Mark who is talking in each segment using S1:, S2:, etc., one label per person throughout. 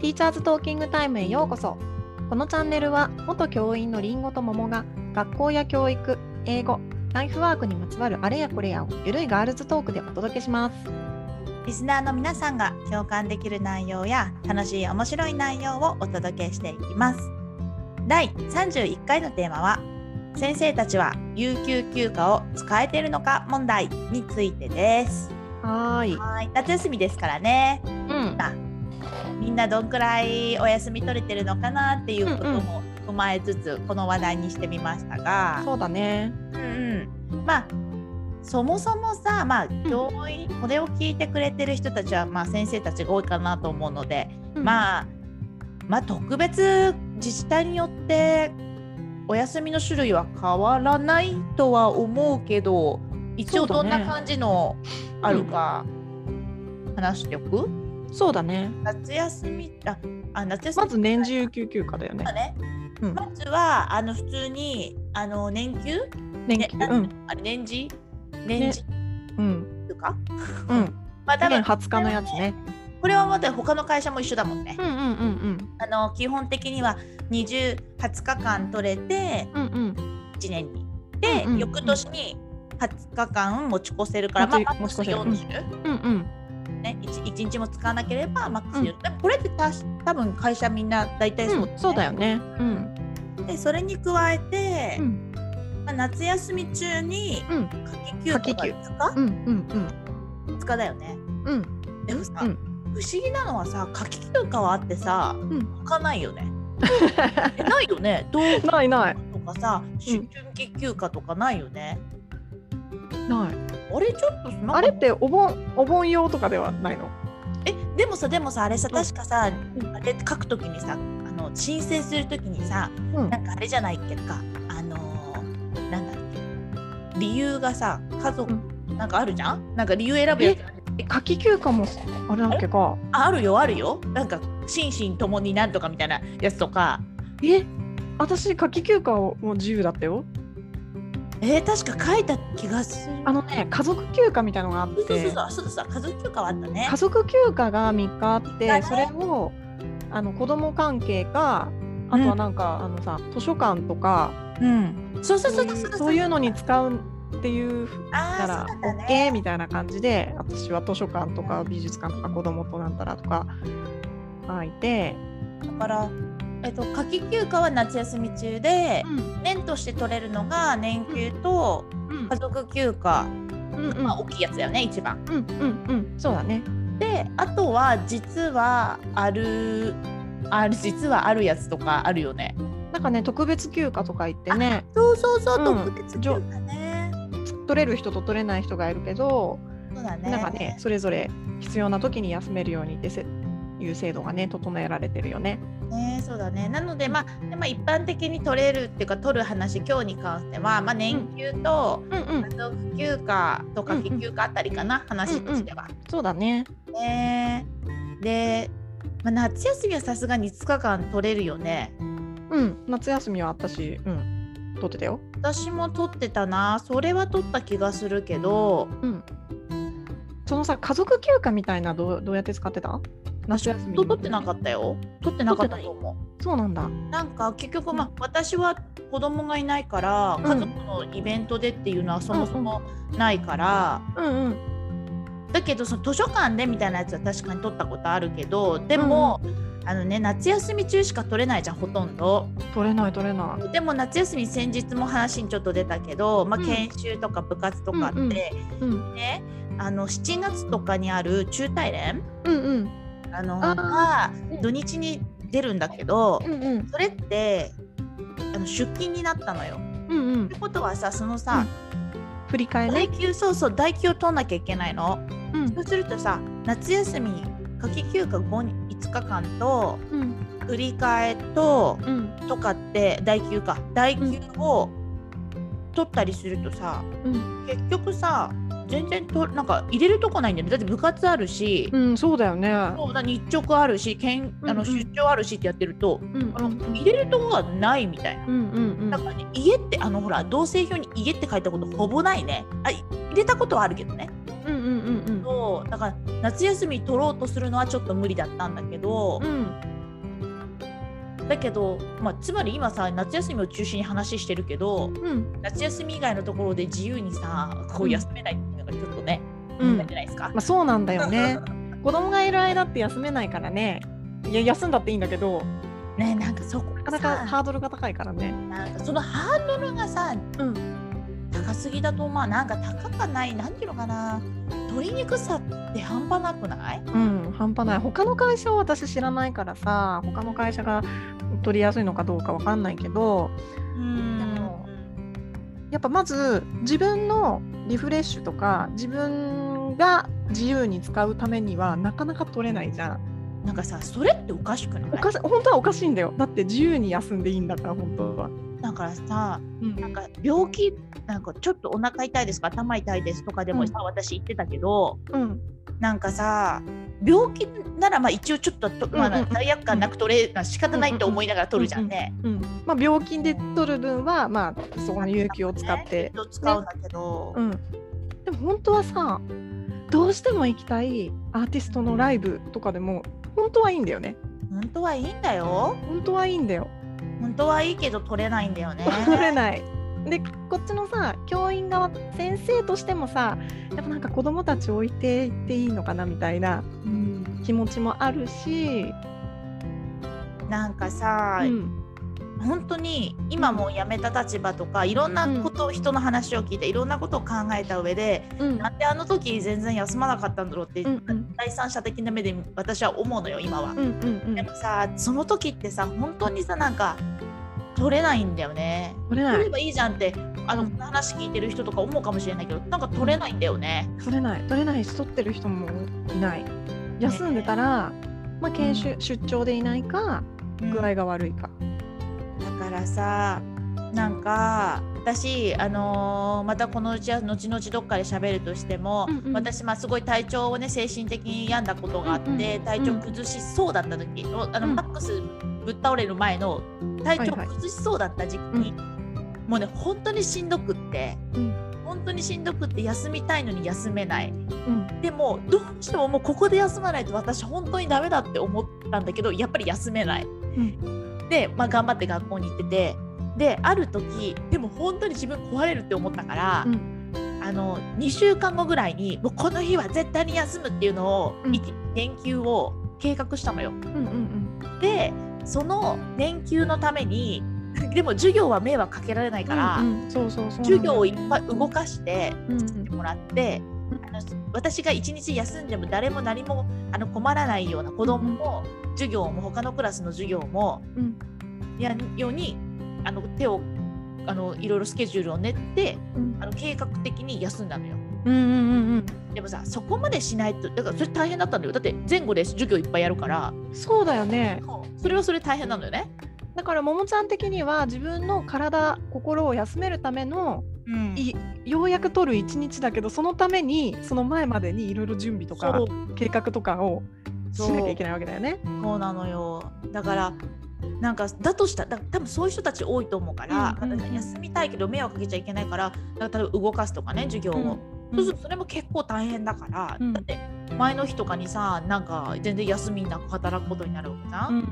S1: ティーチャーズトーキングタイムへようこそこのチャンネルは元教員のりんごと桃が学校や教育英語ライフワークにまつわるあれやこれやをゆるいガールズトークでお届けします
S2: リスナーの皆さんが共感できる内容や楽しい面白い内容をお届けしていきます第31回のテーマは先生たちは有給休暇を使えているのか問題についてです
S1: はーい
S2: はい夏休みですからね
S1: うん
S2: みんなどんくらいお休み取れてるのかなっていうことも踏まえつつこの話題にしてみましたが、
S1: そうだね
S2: うんうん、まあそもそもさ、まあ、教員これを聞いてくれてる人たちは、まあ、先生たちが多いかなと思うので、
S1: あ
S2: まあ、まあ特別自治体によってお休みの種類は変わらないとは思うけど一
S1: そう
S2: 応
S1: だ
S2: ど
S1: ね
S2: んな感じのあるか話しておく、
S1: そうだね
S2: 夏休みああ夏休み
S1: まず年次有給休暇だよね
S2: だね、
S1: うん
S2: まずはあの普通にあの年休
S1: 年休
S2: ね
S1: うん
S2: あれ年次年次
S1: うん
S2: とか、
S1: うん
S2: まあ多
S1: 期限
S2: 分
S1: 20日のやつね
S2: これはまた他の会社も一緒だもんね
S1: う。んうんうん
S2: あの基本的には20 20日間取れて
S1: うんうんうん
S2: 1年に。で、
S1: うんうん
S2: 翌年に20日間持ち越せるから、ま
S1: 持
S2: あ、
S1: ち
S2: マックス
S1: 持ち越せる
S2: 40、
S1: うんうん
S2: ね1。一日も使わなければマックス
S1: うん
S2: 40。でもこれってたし多分会社みんな大体そう,、
S1: うんそうだよねうん
S2: でそれに加えて、
S1: うん
S2: まあ、夏休み中に
S1: うん
S2: 夏季休
S1: 夏季休
S2: 暇が
S1: うんうんうん
S2: 5日 ?5 日だよね。
S1: うん
S2: でもさ、
S1: うん
S2: 不思議なのはさ夏季休暇はあってさ、
S1: ん
S2: 開かないよ ね。えないよね。どう
S1: ないない
S2: とかさ、春季休暇とかないよね。
S1: ない
S2: あれちょっとなんか
S1: あれってお盆お盆用とかではないの
S2: えでもさでもさあれさ
S1: ん
S2: 確かさ、
S1: ん
S2: あれ書くときにさあの申請するときにさ
S1: うん
S2: なんかあれじゃないっけかあのーなんだっけ理由がさ家族、
S1: う
S2: なんかあるじゃんなんか理由選ぶやつ
S1: 夏季休暇もあれだっけか
S2: ああるよあるよなんか心身ともになんとかみたいなやつとか
S1: え私夏季休暇をもう自由だったよ
S2: えー、確か書いた気がする
S1: あのね家族休暇みたいのがあっ
S2: そうそうそう
S1: て
S2: そうそうそう家族休暇はあったね
S1: 家族休暇が3日あっ
S2: だ
S1: て
S2: ね
S1: それをあの子供関係かあとはなんか、あのさ図書館とか
S2: うんそうそう
S1: そ
S2: そうう
S1: い
S2: そうう
S1: そういうのに使うっていう
S2: あ
S1: か
S2: あそ
S1: ら
S2: うだったね
S1: OK みたいな感じで私は図書館とか美術館とか子供となんたらとか書いて、
S2: だから、えっと、夏季休暇は夏休み中で、
S1: ん
S2: 年として取れるのが年休と
S1: うん
S2: 家族休暇、
S1: うんうん
S2: まあ、大きいやつだよね一番。
S1: うんうんうんそうだね
S2: であとは実はあるある実はあるやつとかあるよね。
S1: なんかね特別休暇とか言ってね
S2: そうそうそう
S1: 特別休
S2: 暇ね。
S1: 取れる人と取れない人がいるけど、
S2: そうだね。
S1: なんかねそれぞれ必要な時に休めるようにってせいう制度がね整えられてるよね。
S2: ねそうだねなのでまあでも一般的に取れるっていうか取る話今日に関しては、まあ、年休と
S1: うんう
S2: 家、族休暇とか休暇あたりかな、話としては。
S1: そうだね。
S2: ねで、まあ、夏休みはさすがに5日間取れるよね
S1: うん夏休みはあったし、うん、取ってたよ。
S2: 私も取ってたなそれは取った気がするけど
S1: うん。そのさ家族休暇みたいなどうどうやって使ってた？夏休み。
S2: と取ってなかったよ取ってなかったと思う
S1: そうなんだ。
S2: なんか結局まあ私は子供がいないから
S1: ん
S2: 家族のイベントでっていうのはそもそもないから、
S1: うんうん。
S2: だけどその図書館でみたいなやつは確かに取ったことあるけどでも、あのね夏休み中しか取れないじゃんほとんど。
S1: 取れない取れない。
S2: でも夏休み先日も話にちょっと出たけど、まあ、
S1: うん
S2: 研修とか部活とかって、
S1: うんうん
S2: ねあの7月とかにある中大連
S1: うんうん
S2: あの
S1: あ
S2: が土日に出るんだけど、
S1: うんうん
S2: それってあの出勤になったのよ。
S1: うんうん
S2: って。ことはさそのさ、
S1: 振り替えね
S2: 代。休そうそう代休を取んなきゃいけないの。
S1: うん
S2: そうするとさ夏休み夏季休暇 5, 5日間と
S1: うん
S2: 振り替えと
S1: うん
S2: とかって代休か代休を取ったりするとさ、
S1: うん
S2: 結局さ全然となんか入れるとこないんだよねだって部活あるし、
S1: うんそうだよね。
S2: そうだ日直あるしけんあの
S1: うんうん
S2: 出張あるしってやってると、
S1: うん
S2: あの入れるとこがないみたいな。
S1: うんうんうん
S2: だ。からね、家ってあのほら同性表に家って書いたことほぼないねあい入れたことはあるけどね
S1: うんうんうんうん。
S2: そうだから夏休み取ろうとするのはちょっと無理だったんだけど、
S1: うん
S2: だけど、まあ、つまり今さ夏休みを中心に話してるけど
S1: うん、
S2: 夏休み以外のところで自由にさこ
S1: う
S2: うん休めないっていうのがちょっとね、
S1: う
S2: 問
S1: ん
S2: 題じゃないですか
S1: ま。あ、そうなんだよね子供がいる間って休めないからねいや休んだっていいんだけど
S2: ねなんかそこ
S1: なかなかハードルが高いからね
S2: なんかそのハードルがさ、
S1: うん
S2: 高すぎだとまあなんか高かないなんていうのかな鶏肉さって半端なくない
S1: うん半端ない他の会社は私知らないからさ他の会社が取りやすいのかどうかわかんないけど
S2: うん
S1: でもやっぱまず自分のリフレッシュとか自分が自由に使うためにはなかなか取れないじゃん
S2: なんかさそれっておかしくない
S1: おかし本当はおかしいんだよだって自由に休んでいいんだから本当は、
S2: だからさ
S1: うん
S2: なんか病気なんかちょっとお腹痛いですか頭痛いですとかでもさ、私言ってたけど
S1: うん、
S2: なんかさ病気ならまあ一応ちょっとと、ま
S1: うんうん
S2: あ、
S1: うん
S2: 罪悪感なく取れるのは仕方ないと思いながら取るじゃんね。
S1: うんまあ、病気で取る分は、まあ、そこに勇気を使って、
S2: と使うんだけど、
S1: うん、でも本当はさどうしても行きたいアーティストのライブとかでも本当はいいんだよね
S2: 本当はいいんだよ
S1: 本当はいいんだよ
S2: 本当はいいけど取れないんだよね。
S1: 取れない。でこっちのさ教員側先生としてもさやっぱなんか子供たち置いていっていいのかなみたいな
S2: うん
S1: 気持ちもあるし、
S2: なんかさ、
S1: うん
S2: 本当に今もう辞めた立場とかいろんなこと、人の話を聞いていろんなことを考えた上で、
S1: うん
S2: なんであの時全然休まなかったんだろうって、
S1: うんうん
S2: 第三者的な目で私は思うのよ今は、
S1: うんうん
S2: でもさその時ってさ本当にさなんか取れないんだよね
S1: 取れな
S2: 取れ
S1: い
S2: ばいいじゃんってあのこの話聞いてる人とか思うかもしれないけどなんか取れないんだよね
S1: 取れない取れないし取ってる人もいない休んでたら、まあ、研修出張でいないか具合が悪いか、
S2: だからさなんか私、あのーまたこのうちは後々どっかで喋るとしても、
S1: うんうん
S2: 私、まあ、すごい体調をね精神的に病んだことがあって、
S1: うんうん
S2: 体調崩しそうだった時、おあの
S1: うん
S2: マックスぶっ倒れる前の体調
S1: はいはい
S2: 崩しそうだった時期に、もうね本当にしんどくって、
S1: うん
S2: 本当にしんどくって休みたいのに休めない
S1: うん
S2: でもどうしてももうここで休まないと私本当にダメだって思ったんだけどやっぱり休めない、で、まあ、頑張って学校に行っててである時でも本当に自分壊れるって思ったから、
S1: う
S2: あの2週間後ぐらいにもうこの日は絶対に休むっていうのを、
S1: うん
S2: い連休を計画したのよ。
S1: うんうん
S2: でその連休のためにでも授業は迷惑かけられない
S1: うん
S2: から、
S1: うんうんそうそうそう
S2: 授業をいっぱい動かして
S1: うん
S2: 作ってもらって、あの私が一日休んでも誰も何もあの困らないような子供も、授業も他のクラスの授業も
S1: うん
S2: やるようにあの手をあのいろいろスケジュールを練って
S1: うん
S2: あの計画的に休んだのよ。
S1: うんうんうん
S2: でもさそこまでしないとだからそれ大変だったのよだって前後で授業いっぱいやるから
S1: うんそうだよね
S2: それはそれ大変なのよね。
S1: だからももちゃん的には自分の体心を休めるための
S2: うん
S1: いようやく取る一日だけどそのためにその前までにいろいろ準備とか
S2: そう
S1: 計画とかをし
S2: そう
S1: なきゃいけないわけだよね。
S2: そうなのよだからなんかだとしたらだ多分そういう人たち多いと思うから、
S1: うんうんうん
S2: 休みたいけど迷惑かけちゃいけないからだから例えば動かすとかね授業を、
S1: うん
S2: そうするとそれも結構大変だから、
S1: うん
S2: だって前の日とかにさなんか全然休みなく働くことになるわけじゃ
S1: うん
S2: ん、
S1: う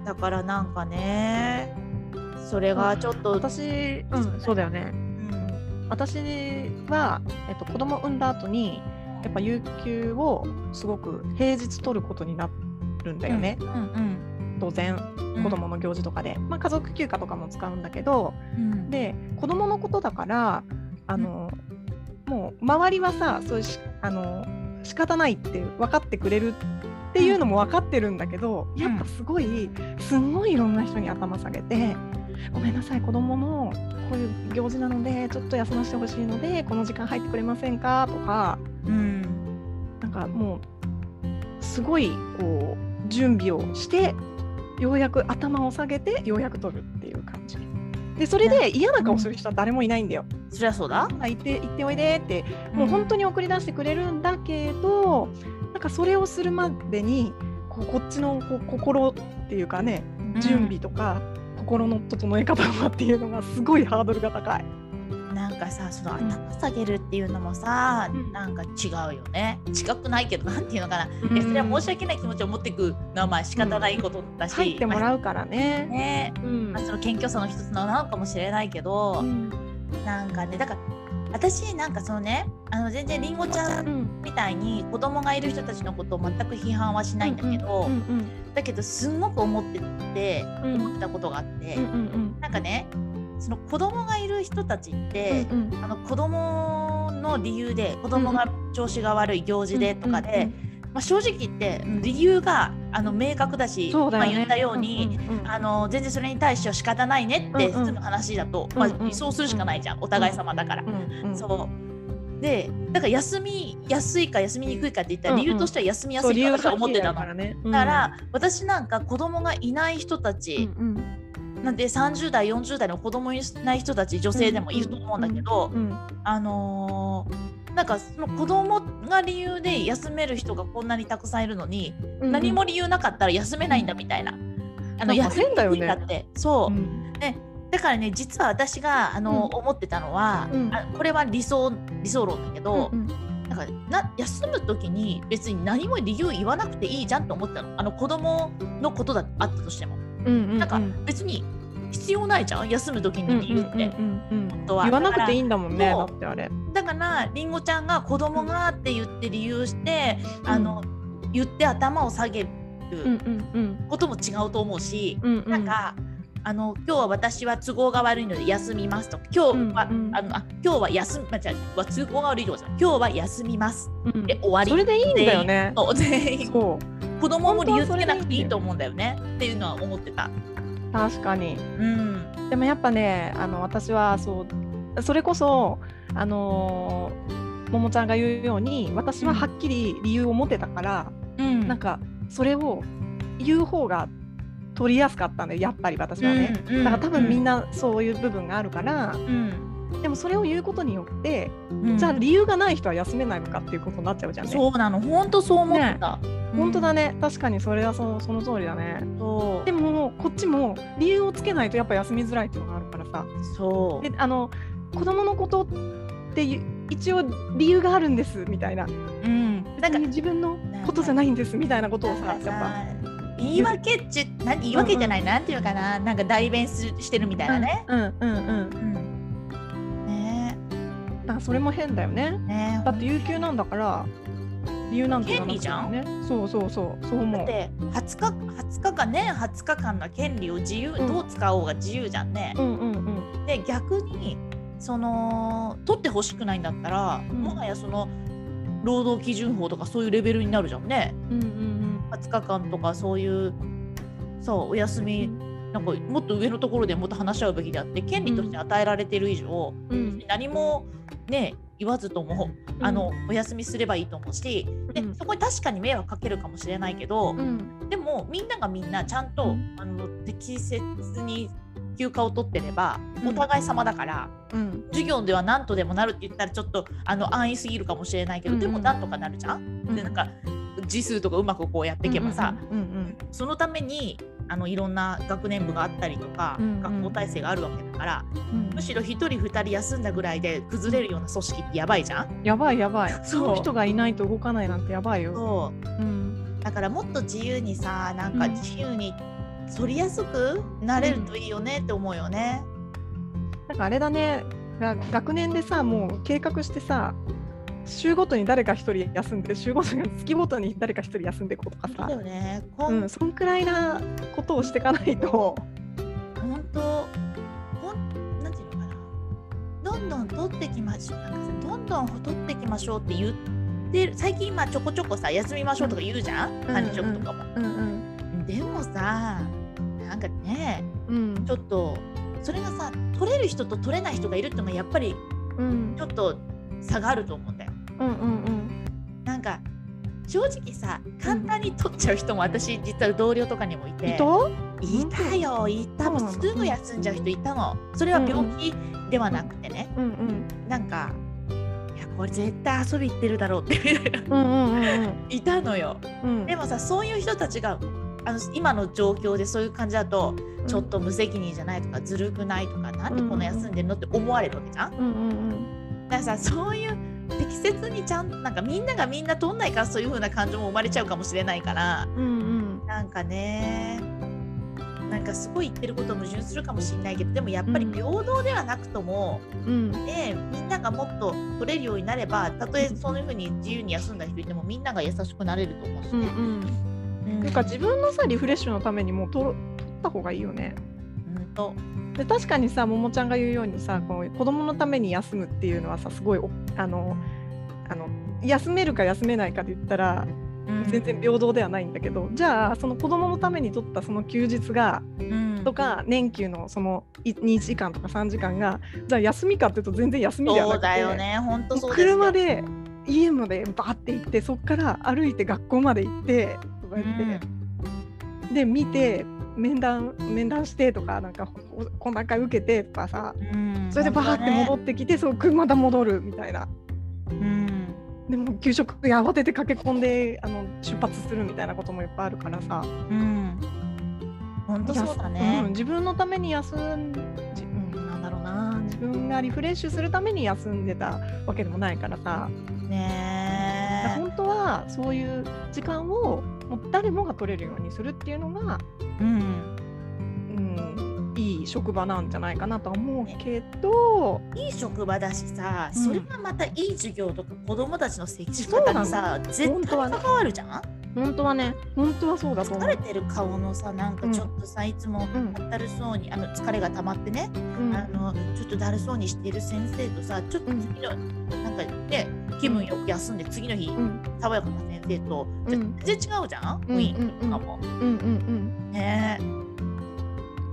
S1: ん
S2: だからなんかねそれがちょっと、
S1: 私、うん、そうだよね
S2: うん
S1: 私は、えっと、子供産んだ後にやっぱ有給をすごく平日取ることになるんだよね、
S2: うん
S1: 当然
S2: うん
S1: 子供の行事とかで、まあ、家族休暇とかも使うんだけど、
S2: うん
S1: で子供のことだからあの、もう周りはさそういうしあの仕方ないって分かってくれるっていうのも分かってるんだけど、
S2: ん
S1: やっぱすごいすんごいいろんな人に頭下げて「ごめんなさい子供のこういう行事なのでちょっと休ませてほしいのでこの時間入ってくれませんか?」とか
S2: うん
S1: なんかもうすごいこう準備をしてようやく頭を下げてようやく取るっていう感じ。でそれで嫌な顔する人は誰もいないんだよ。
S2: そりゃそうだ、
S1: あ行って行っておいでってもう本当に送り出してくれるんだけど、なんかそれをするまでにこうこっちのこう心っていうかね準備とか、心の整え方とかっていうのがすごいハードルが高い。
S2: うんなんかさその頭下げるっていうのもさ、
S1: うん
S2: なんか違うよね近くないけどなんていうのかな、
S1: うん
S2: いやそれは申し訳ない気持ちを持っていくのはまあ仕方ないことだし、
S1: 入っても
S2: ま
S1: らうから
S2: あ
S1: ね。
S2: ね
S1: うん
S2: まあ、その謙虚さの一つなのかもしれないけど、なんかねだから私なんかそのねあの全然りんごちゃん
S1: ん
S2: みたいに子供がいる人たちのことを全く批判はしないんだけど、
S1: うんうん
S2: だけどすんごく思ってて
S1: うんうん
S2: 思ったことがあって、
S1: うんうん
S2: なんかねその子供がいる人たちって、
S1: うん
S2: あの子供の理由で子供が調子が悪い行事でとかで、
S1: うんうん
S2: まあ、正直言ってうん理由があの明確だし
S1: そうだよね
S2: 今言ったように、
S1: うんうん
S2: あの全然それに対しては仕方ないねって
S1: うんうん
S2: 普通の話だ
S1: う
S2: と、
S1: んうん
S2: まあ、そうするしかないじゃんお互い様だから。
S1: うんうん
S2: そうでだから休みやすいか休みにくいかって言った
S1: う
S2: ら
S1: んうん
S2: 理由としては休みや
S1: そ
S2: す
S1: う理
S2: い
S1: 由
S2: と
S1: が
S2: 私は思ってたの。
S1: からね。
S2: だから私なんか子供がいない人た
S1: うん
S2: ち、
S1: うん
S2: なんで30代40代の子供いない人たち女性でもいると思うんだけど、
S1: うん
S2: あのーなんかその子供が理由で休める人がこんなにたくさんいるのに、
S1: うん
S2: 何も理由なかったら休めないんだみたいな。あ
S1: な
S2: の
S1: んか
S2: 休
S1: 変だよ
S2: み
S1: ね
S2: だってそうう、
S1: ん
S2: だからね実は私があの、
S1: うん
S2: 思ってたのは、
S1: うん
S2: あこれは理想理想論だけど、
S1: うん
S2: なんかな休む時に別に何も理由言わなくていいじゃんと思ってたのあの子供のことだあったとしても
S1: うんうん
S2: なんか別に必要ないじゃん休む時に理由って、
S1: うんうんうんうん
S2: 本当は
S1: 言わなくていいんだもんね。だ
S2: そう
S1: ってあれ。
S2: だからりんごちゃんが子供がって言って理由して、あの言って頭を下げる
S1: うんうんうん
S2: ことも違うと思うし、
S1: うんうん。
S2: なんかあの今日は私は都合が悪いので休みますとか今日は、
S1: うんうん
S2: あのあ今日は休みまあじゃあ都合が悪いとかじゃない今日は休みます
S1: うん
S2: で終わり
S1: それでいいんだよね。
S2: そう 全員
S1: そう。
S2: 子供も理由つけなくていいと思うんだよねっていうのは思ってた。
S1: 確かに
S2: うん、
S1: でもやっぱねあの私はそうそれこそあのーももちゃんが言うように私ははっきり理由を持ってたから、
S2: うん
S1: なんかそれを言う方が取りやすかったんだよやっぱり私はね、
S2: うんうん
S1: だから多分みんなそういう部分があるから、
S2: うん
S1: でもそれを言うことによって、
S2: うん
S1: じゃあ理由がない人は休めないのかっていうことになっちゃうじゃんね
S2: そうなの本当そう思ってた。
S1: 本当だ
S2: ね、
S1: ね確かにそれはそその通りだね
S2: そう
S1: でもこっちも理由をつけないとやっぱ休みづらいっていうのがあるからさ
S2: そう
S1: であの子供のことっていう一応理由があるんですみたいな
S2: うん、
S1: な
S2: な
S1: んん
S2: か
S1: か自分のことじゃないんですみたいなことをさや
S2: な
S1: っ
S2: んか
S1: ぱ
S2: 言い訳っちゅ何言い訳じゃない、なんていうのかななんか代弁するしてるみたいなね。
S1: うんうんうん
S2: うんね
S1: なんかそれも変だよね
S2: えねえ
S1: だって有給なんだから理由なんて言わなくてもねそうそうそうそう
S2: だ
S1: 思
S2: っ
S1: う
S2: て20日 ,20 日間年20日間の権利を自由、
S1: ん
S2: どう使おうが自由じゃんね。
S1: うんうんうん
S2: で逆にその取ってほしくないんだったら、
S1: ん
S2: もはやその労働基準法とかそういうレベルになるじゃんね
S1: うんうん
S2: 20日間とかそういうそうお休
S1: う
S2: み
S1: ん
S2: なんかもっと上のところでもっと話し合うべきであって権利として与えられてる以上、
S1: うん
S2: 何もね言わずとも、
S1: うん
S2: あのお休みすればいいと思うし、で
S1: うん
S2: そこに確かに迷惑かけるかもしれないけど、
S1: うん
S2: でもみんながみんなちゃんと、
S1: うん
S2: あの適切に休暇を取ってれば
S1: うん
S2: お互い様だから、
S1: うん
S2: 授業では何とでもなるって言ったらちょっとあの安易すぎるかもしれないけど、
S1: うんうん
S2: でも何とかなるじゃん。でなんか字数とかうまくこうやっていけばさ、
S1: うんうん
S2: そのためにあのいろんな学年部があったりとか、
S1: うんうん
S2: 学校体制があるわけだから
S1: うん
S2: むしろ1人2人休んだぐらいで崩れるような組織ってやばいじゃん。
S1: やばいやばい
S2: そう
S1: その人がいないと動かないなんてやばいよ
S2: そう
S1: うん
S2: だからもっと自由にさなん
S1: う
S2: か
S1: ん
S2: 自由に取りやすくなれるといいよねって思うよね。
S1: なんかあれだねが学年でさもう計画してさ週ごとに誰か一人休んで週ごとに月ごとに誰か一人休んでいこうとか
S2: 本当だよ
S1: さ、
S2: ね。こん
S1: うん、そんくらいなことをしていかないと、
S2: 本当ほんなんていうのかなどんどん取ってきましょうなんかさどんどん取ってきましょうって言ってる最近まあちょこちょこさ休みましょうとか言うじゃん
S1: うん
S2: 管理職とかも。
S1: うんうん
S2: でもさなんかね
S1: うん
S2: ちょっとそれがさ取れる人と取れない人がいるってのがやっぱり
S1: うん
S2: ちょっと差があると思うんだよ。
S1: うんうん
S2: なんか正直さ簡単に取っちゃう人も私実は同僚とかにもい
S1: うん。
S2: て
S1: いと？
S2: いたよいたもうすぐ休んじゃう人いたのそれは病気ではなくてね、
S1: うんうん
S2: なんかいやこれ絶対遊び行ってるだろうって
S1: うんうんうん
S2: いたのよ
S1: うん。
S2: でもさそういう人たちがあの今の状況でそういう感じだと、ちょっと無責任じゃないとかずるくないとかなんでこの休んでるのって思われるわけじゃん。
S1: うんうん
S2: だからさそういう適切にちゃんなんかみんながみんな取んないからそういう風な感情も生まれちゃうかもしれないから
S1: うんうんうん
S2: なんかねなんかすごい言ってること矛盾するかもしれないけどでもやっぱり
S1: うん
S2: 平等ではなくとも、
S1: うん
S2: ねみんながもっと取れるようになればたとえそういう風に自由に休んだ人いてもみんなが優しくなれると思うし、
S1: うんうん
S2: うん
S1: なんか自分のさリフレッシュのためにもうとろ取った方がいいよね。
S2: うんと
S1: で確かにさももちゃんが言うようにさこう子供のために休むっていうのはさすごいおあのあの休めるか休めないかで言ったら全然平等ではないんだけど、じゃあその子供のために取ったその休日が
S2: うん
S1: とか年休のそのい2時間とか3時間がじゃあ休みかっていうと全然休みではなくて
S2: そうだよね本当そうですよ
S1: 車で家までバーって行ってそこから歩いて学校まで行ってとか
S2: う
S1: やって。
S2: ん
S1: で見て面談面談してとかなんかお懇談会受けてとかさ
S2: うん
S1: それでバーって戻ってきて、そうくまた戻るみたいな
S2: うん
S1: でも給食や慌てて駆け込んであの出発するみたいなこともいっぱいあるからさ
S2: うん。本当そうだ
S1: やすうん
S2: ね。
S1: 自分のために休んじ、うん、なんだろうな自分がリフレッシュするために休んでたわけでもないからさ
S2: ねえ。
S1: 本当はそういう時間をもう誰もが取れるようにするっていうのが
S2: うん。
S1: うん、いい職場なんじゃないかなとは思うけど、
S2: いい職場だしさ、
S1: うん
S2: それがまたいい授業とか子供たちの接し方にさ、
S1: 本
S2: 絶
S1: 当は
S2: 対
S1: ね
S2: 関わるじゃん。
S1: 本当はね本当はそうだと思
S2: 疲
S1: う
S2: れ、てる顔のさ、なんかちょっとさ、いつも
S1: うん
S2: だるそうに、あの疲れが溜まってね、
S1: うん
S2: あのちょっとだるそうにしてる先生とさ、ちょっと次の、なんかね、気分よく休んで次の日
S1: うん
S2: 爽やかな先生と、じゃ
S1: うん
S2: 全然違うじゃん。
S1: うん
S2: 雰囲気とかも。
S1: うんうん
S2: ねえ。
S1: うん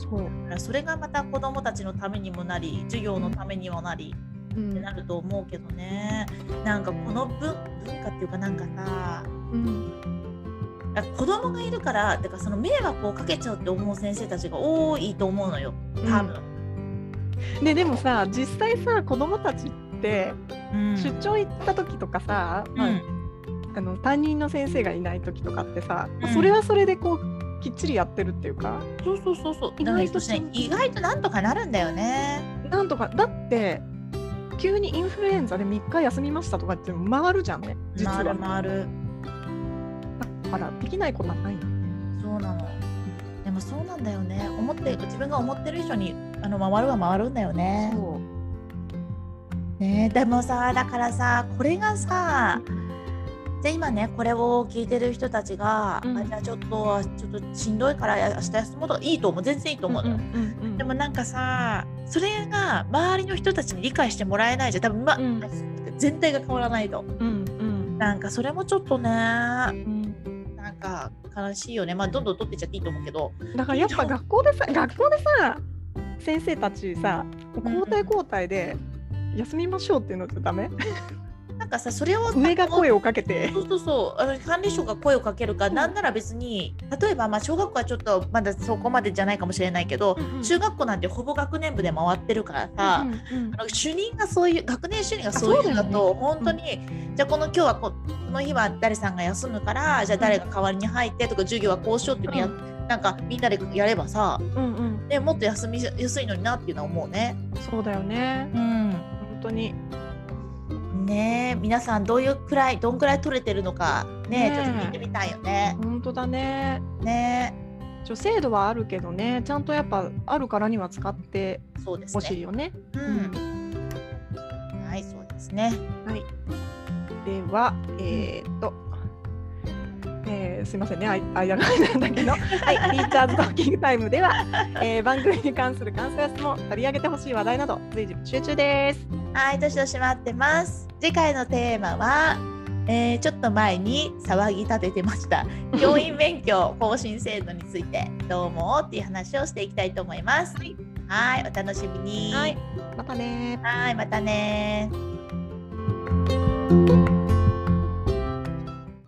S1: そう、
S2: それがまた子どもたちのためにもなり授業のためにもなり
S1: う
S2: って
S1: ん
S2: なると思うけどねなんかこの文文化っていうかなんかさ
S1: うん
S2: だから子どもがいるからだからその迷惑をかけちゃうって思う先生たちが多いと思うのよ多分。
S1: ででもさ実際さ子供たちって
S2: うん
S1: 出張行った時とかさ、
S2: う
S1: まあ
S2: ん
S1: あの担任の先生がいない時とかってさ、
S2: うん
S1: それはそれでこうきっちりやってるっていうか
S2: そうそうそうそう
S1: 意
S2: 意
S1: 外
S2: 外
S1: と
S2: と
S1: 真
S2: ね
S1: 剣
S2: 意外となんとかなるんだよね。
S1: なんとかだって急にインフルエンザで3日休みましたとかって回るじゃんね実は
S2: 回る回る
S1: だからできないことはないよ
S2: そうなの。でもそうなんだよね思って自分が思ってる以上にあの回るは回るんだよね。
S1: そう
S2: ねえでもさだからさこれがさじゃあ今ねこれを聞いてる人たちが、
S1: うん
S2: あじゃあちょっとちょっとしんどいからや明日休もうとかいいと思う全然いいと思うのよ、でもなんかさそれが周りの人たちに理解してもらえないじゃん多分、ま
S1: うん
S2: 全体が変わらないと
S1: うんうん
S2: なんかそれもちょっとねな
S1: うん
S2: んか悲しいよねまあどんどん取ってっちゃっていいと思うけど
S1: だからやっぱ学校でさ学校でさ先生たちさ交代交代で休みましょうっていうのってダメ
S2: なんかさそれを
S1: 上が声をかけて
S2: そうそうそうあの管理職が声をかけるか、
S1: うん
S2: なんなら別に例えば、まあ、小学校はちょっとまだそこまでじゃないかもしれないけど、中学校なんてほぼ学年部で回ってるからさ、あの主任がそういう学年主任がそういうのだ
S1: そうだ
S2: と本当に、じゃあこの今日はここの日は誰さんが休むからじゃあ誰が代わりに入ってとか授業はこうしようっていうのや、
S1: う
S2: なんかみんなでやればさ、
S1: うんうん
S2: ね、もっと休みやすいのになっていうのは思うね。
S1: そうだよね
S2: うん
S1: 本当に
S2: ねえ皆さんどういうくらいどんくらい取れてるのかね
S1: ねえ
S2: ちょっと聞いてみたいよね。
S1: 本当だね
S2: ね
S1: ちょ制度はあるけどねちゃんとやっぱあるからには使って
S2: えそうです
S1: ほしい
S2: ね。
S1: よね
S2: うん、はいそうですね。
S1: ではえー、っとえーすいませんね、あい間が空いたんだけど、 はい、ティーチャーズトーキングタイムでは、えー番組に関する感想や質問、取り上げてほしい話題など、随時募集中です。
S2: はい、どしどし待ってます。次回のテーマは、えーちょっと前に騒ぎ立ててま した。教員免許更新制度について、どう思うっていう話をしていきたいと思います。はい、お楽しみに。
S1: はい、またねー。
S2: はいまたねー